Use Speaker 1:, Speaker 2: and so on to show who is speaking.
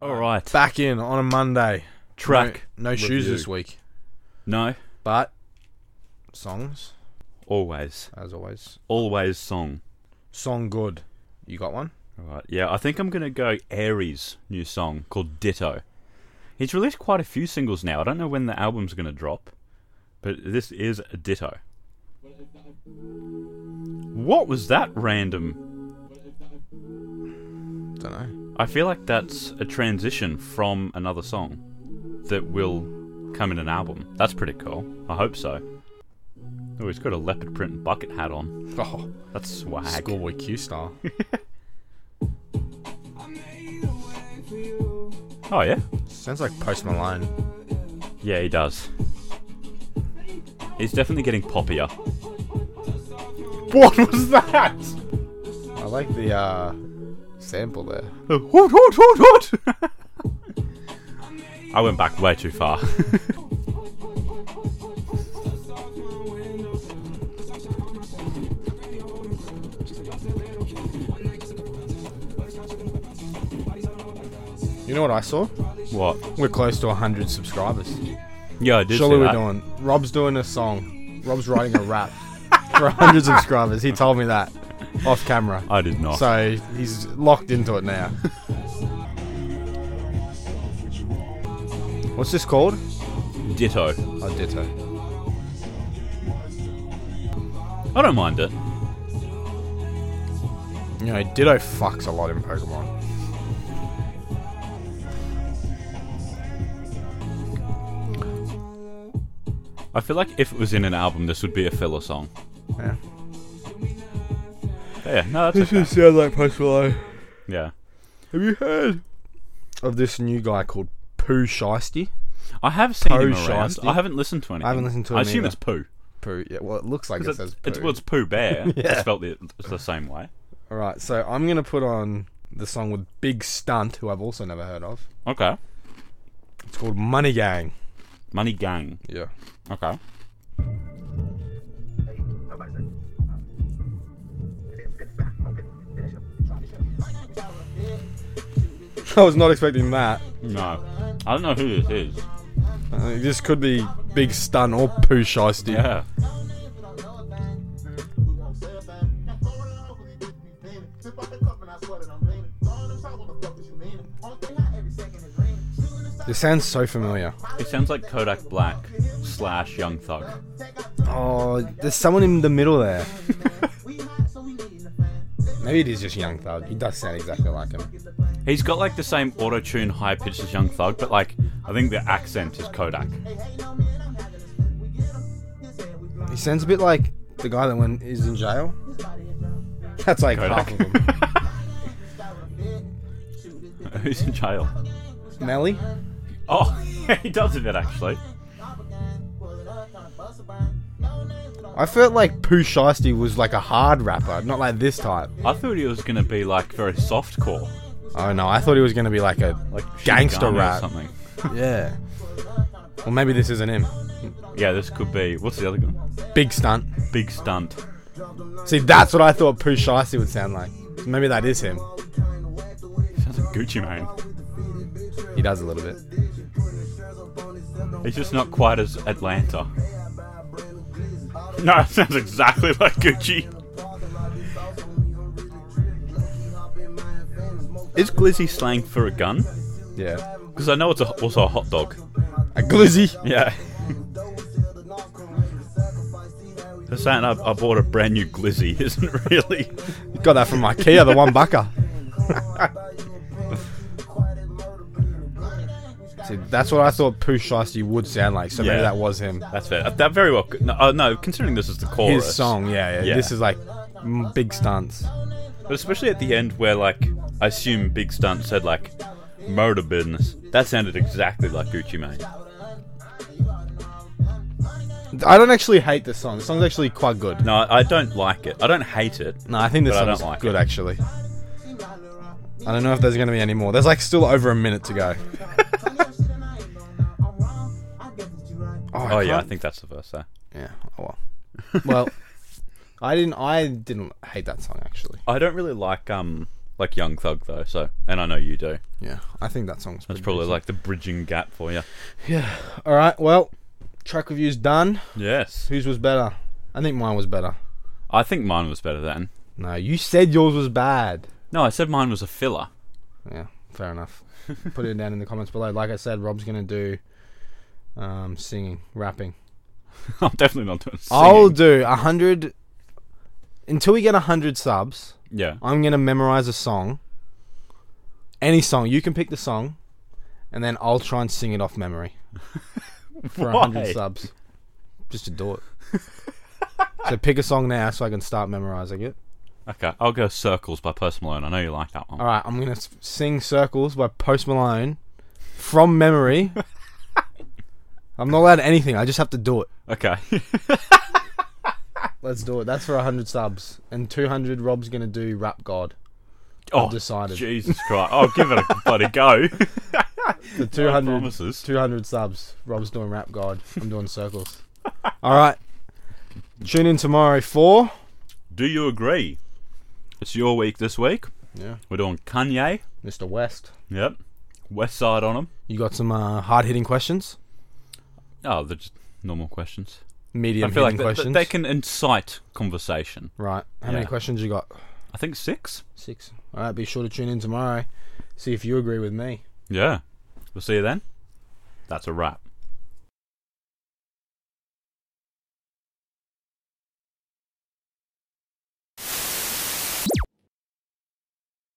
Speaker 1: All right.
Speaker 2: Back in on a Monday.
Speaker 1: Track.
Speaker 2: No, no shoes
Speaker 1: review.
Speaker 2: this week,
Speaker 1: No.
Speaker 2: but songs
Speaker 1: Always.
Speaker 2: as always.
Speaker 1: Always song.
Speaker 2: Song good. You got one?
Speaker 1: All right. Yeah, I think I'm going to go Aries' new song called Ditto. He's released quite a few singles now. I don't know when the album's going to drop, but this is a Ditto. What was that random?
Speaker 2: Don't know.
Speaker 1: I feel like that's a transition from another song that will come in an album. That's pretty cool. I hope so. Oh, he's got a leopard print bucket hat on.
Speaker 2: Oh,
Speaker 1: That's swag.
Speaker 2: Schoolboy Q style.
Speaker 1: Oh yeah.
Speaker 2: Sounds like Post Malone.
Speaker 1: Yeah, he does. He's definitely getting poppier.
Speaker 2: What was that? I like the uh, sample there.
Speaker 1: I went back way too far.
Speaker 2: You know what I saw?
Speaker 1: what?
Speaker 2: We're close to 100 subscribers.
Speaker 1: Yeah, I did
Speaker 2: Surely
Speaker 1: see
Speaker 2: we're
Speaker 1: that.
Speaker 2: doing. Rob's doing a song. Rob's writing a rap for 100 subscribers. He told me that off camera.
Speaker 1: I did not.
Speaker 2: So he's locked into it now. What's this called?
Speaker 1: Ditto.
Speaker 2: Oh, Ditto.
Speaker 1: I don't mind it.
Speaker 2: You know, Ditto fucks a lot in Pokemon.
Speaker 1: I feel like if it was in an album, this would be a filler song.
Speaker 2: Yeah.
Speaker 1: Yeah, no, that's okay.
Speaker 2: sound like Post Malone.
Speaker 1: Yeah.
Speaker 2: Have you heard of this new guy called Pooh Shiesty?
Speaker 1: I have seen
Speaker 2: Poo
Speaker 1: him around.
Speaker 2: Shiesty.
Speaker 1: I haven't listened to anything.
Speaker 2: haven't listened to
Speaker 1: I
Speaker 2: him
Speaker 1: assume
Speaker 2: either.
Speaker 1: it's Pooh.
Speaker 2: Pooh. Yeah. Well, it looks like
Speaker 1: 'Cause
Speaker 2: it
Speaker 1: It's,
Speaker 2: says
Speaker 1: it's,
Speaker 2: Pooh.
Speaker 1: well, it's Pooh Bear.
Speaker 2: Yeah.
Speaker 1: It's spelled the, it's the same way.
Speaker 2: All right. So I'm gonna put on the song with Big Stunt, who I've also never heard of.
Speaker 1: Okay.
Speaker 2: It's called Money Gang.
Speaker 1: Money Gang.
Speaker 2: Yeah.
Speaker 1: Okay.
Speaker 2: I was not expecting that.
Speaker 1: No. I don't know who this is.
Speaker 2: Uh, this could be Big Stunt or Pooh Shiesty.
Speaker 1: Yeah.
Speaker 2: This sounds so familiar.
Speaker 1: It sounds like Kodak Black slash Young Thug.
Speaker 2: Oh, there's someone in the middle there. Maybe it is just Young Thug. He does sound exactly like him.
Speaker 1: He's got like the same auto tune high pitch as Young Thug, but like I think the accent is Kodak.
Speaker 2: He sounds a bit like the guy that went is in jail. That's like
Speaker 1: Kodak.
Speaker 2: half of him.
Speaker 1: Who's in jail?
Speaker 2: Melly.
Speaker 1: Oh, he does a bit actually.
Speaker 2: I felt like Pooh Shiesty was like a hard rapper, not like this type.
Speaker 1: I thought he was gonna be like very soft core,
Speaker 2: Oh no, I thought he was gonna be like a
Speaker 1: like
Speaker 2: Gangster
Speaker 1: Shinigami
Speaker 2: rap.
Speaker 1: or something.
Speaker 2: yeah. Well, maybe this isn't him.
Speaker 1: Yeah, this could be. What's the other one?
Speaker 2: Big stunt.
Speaker 1: Big stunt.
Speaker 2: See, that's what I thought Pooh Shiesty would sound like. So maybe that is him.
Speaker 1: Sounds like Gucci Mane.
Speaker 2: He does a little bit.
Speaker 1: He's just not quite as Atlanta. No, it sounds exactly like Gucci. Is glizzy slang for a gun?
Speaker 2: Yeah.
Speaker 1: Because I know it's a, also a hot dog.
Speaker 2: A glizzy.
Speaker 1: Yeah. They're saying I, I bought a brand new glizzy, isn't it really?
Speaker 2: Got that from IKEA, the one bucker. See, that's what I thought Pooh Shiesty would sound like. So
Speaker 1: Yeah.
Speaker 2: maybe that was him.
Speaker 1: That's fair. That very well. Could, no, uh, no, considering this is the chorus.
Speaker 2: His song, yeah, yeah.
Speaker 1: Yeah.
Speaker 2: This is like mm, big stunts.
Speaker 1: But especially at the end where, like, I assume Big Stunt said, like, murder business. That sounded exactly like Gucci Mane.
Speaker 2: I don't actually hate this song. The song's actually quite good.
Speaker 1: No, I I don't like it. I don't hate it.
Speaker 2: No, I think this
Speaker 1: But I
Speaker 2: song's
Speaker 1: don't like
Speaker 2: good actually. I don't know if there's gonna be any more. There's like still over a minute to go. I
Speaker 1: Oh, yeah, I
Speaker 2: can't-
Speaker 1: think that's the verse there.
Speaker 2: Yeah. Oh well. well, I didn't. I didn't hate that song actually.
Speaker 1: I don't really like um like Young Thug though, so and I know you do.
Speaker 2: Yeah, I think that song's
Speaker 1: That's
Speaker 2: pretty
Speaker 1: probably
Speaker 2: decent.
Speaker 1: like the bridging gap for you.
Speaker 2: Yeah. All right. Well, track review's done.
Speaker 1: Yes,
Speaker 2: Whose was better? I think mine was better.
Speaker 1: I think mine was better then.
Speaker 2: No, you said yours was bad.
Speaker 1: No, I said mine was a filler.
Speaker 2: Yeah, fair enough. Put it down in the comments below. Like I said, Rob's gonna do um, singing, rapping.
Speaker 1: I'm definitely not doing. Singing.
Speaker 2: I'll do a hundred until we get a hundred subs.
Speaker 1: yeah.
Speaker 2: I'm gonna memorize a song. Any song you can pick the song, and then I'll try and sing it off memory for a
Speaker 1: Why?
Speaker 2: hundred subs, just to do it. so pick a song now, so I can start memorizing it.
Speaker 1: Okay, I'll go Circles by Post Malone. I know you like that one.
Speaker 2: All right, I'm gonna s- sing "Circles" by Post Malone from memory. I'm not allowed anything. I just have to do it.
Speaker 1: Okay.
Speaker 2: Let's do it. That's for 100 subs and 200. Rob's gonna do "Rap God."
Speaker 1: oh,
Speaker 2: decided.
Speaker 1: Jesus Christ! I'll give it a bloody go.
Speaker 2: The
Speaker 1: I
Speaker 2: 200
Speaker 1: promises.
Speaker 2: 200 subs. Rob's doing rap god. I'm doing circles. All right. Tune in tomorrow for.
Speaker 1: Do you agree? It's your week this week.
Speaker 2: Yeah.
Speaker 1: We're doing Kanye.
Speaker 2: Mr. West.
Speaker 1: Yep. West Side on him.
Speaker 2: You got some uh, hard hitting questions?
Speaker 1: Oh, they're just normal questions.
Speaker 2: Medium
Speaker 1: I feel
Speaker 2: hitting
Speaker 1: like th- th-
Speaker 2: questions?
Speaker 1: they can incite conversation.
Speaker 2: Right. How many
Speaker 1: Yeah.
Speaker 2: questions you got?
Speaker 1: I think six.
Speaker 2: Six. All right. Be sure to tune in tomorrow. See if you agree with me.
Speaker 1: Yeah. We'll see you then. That's a wrap.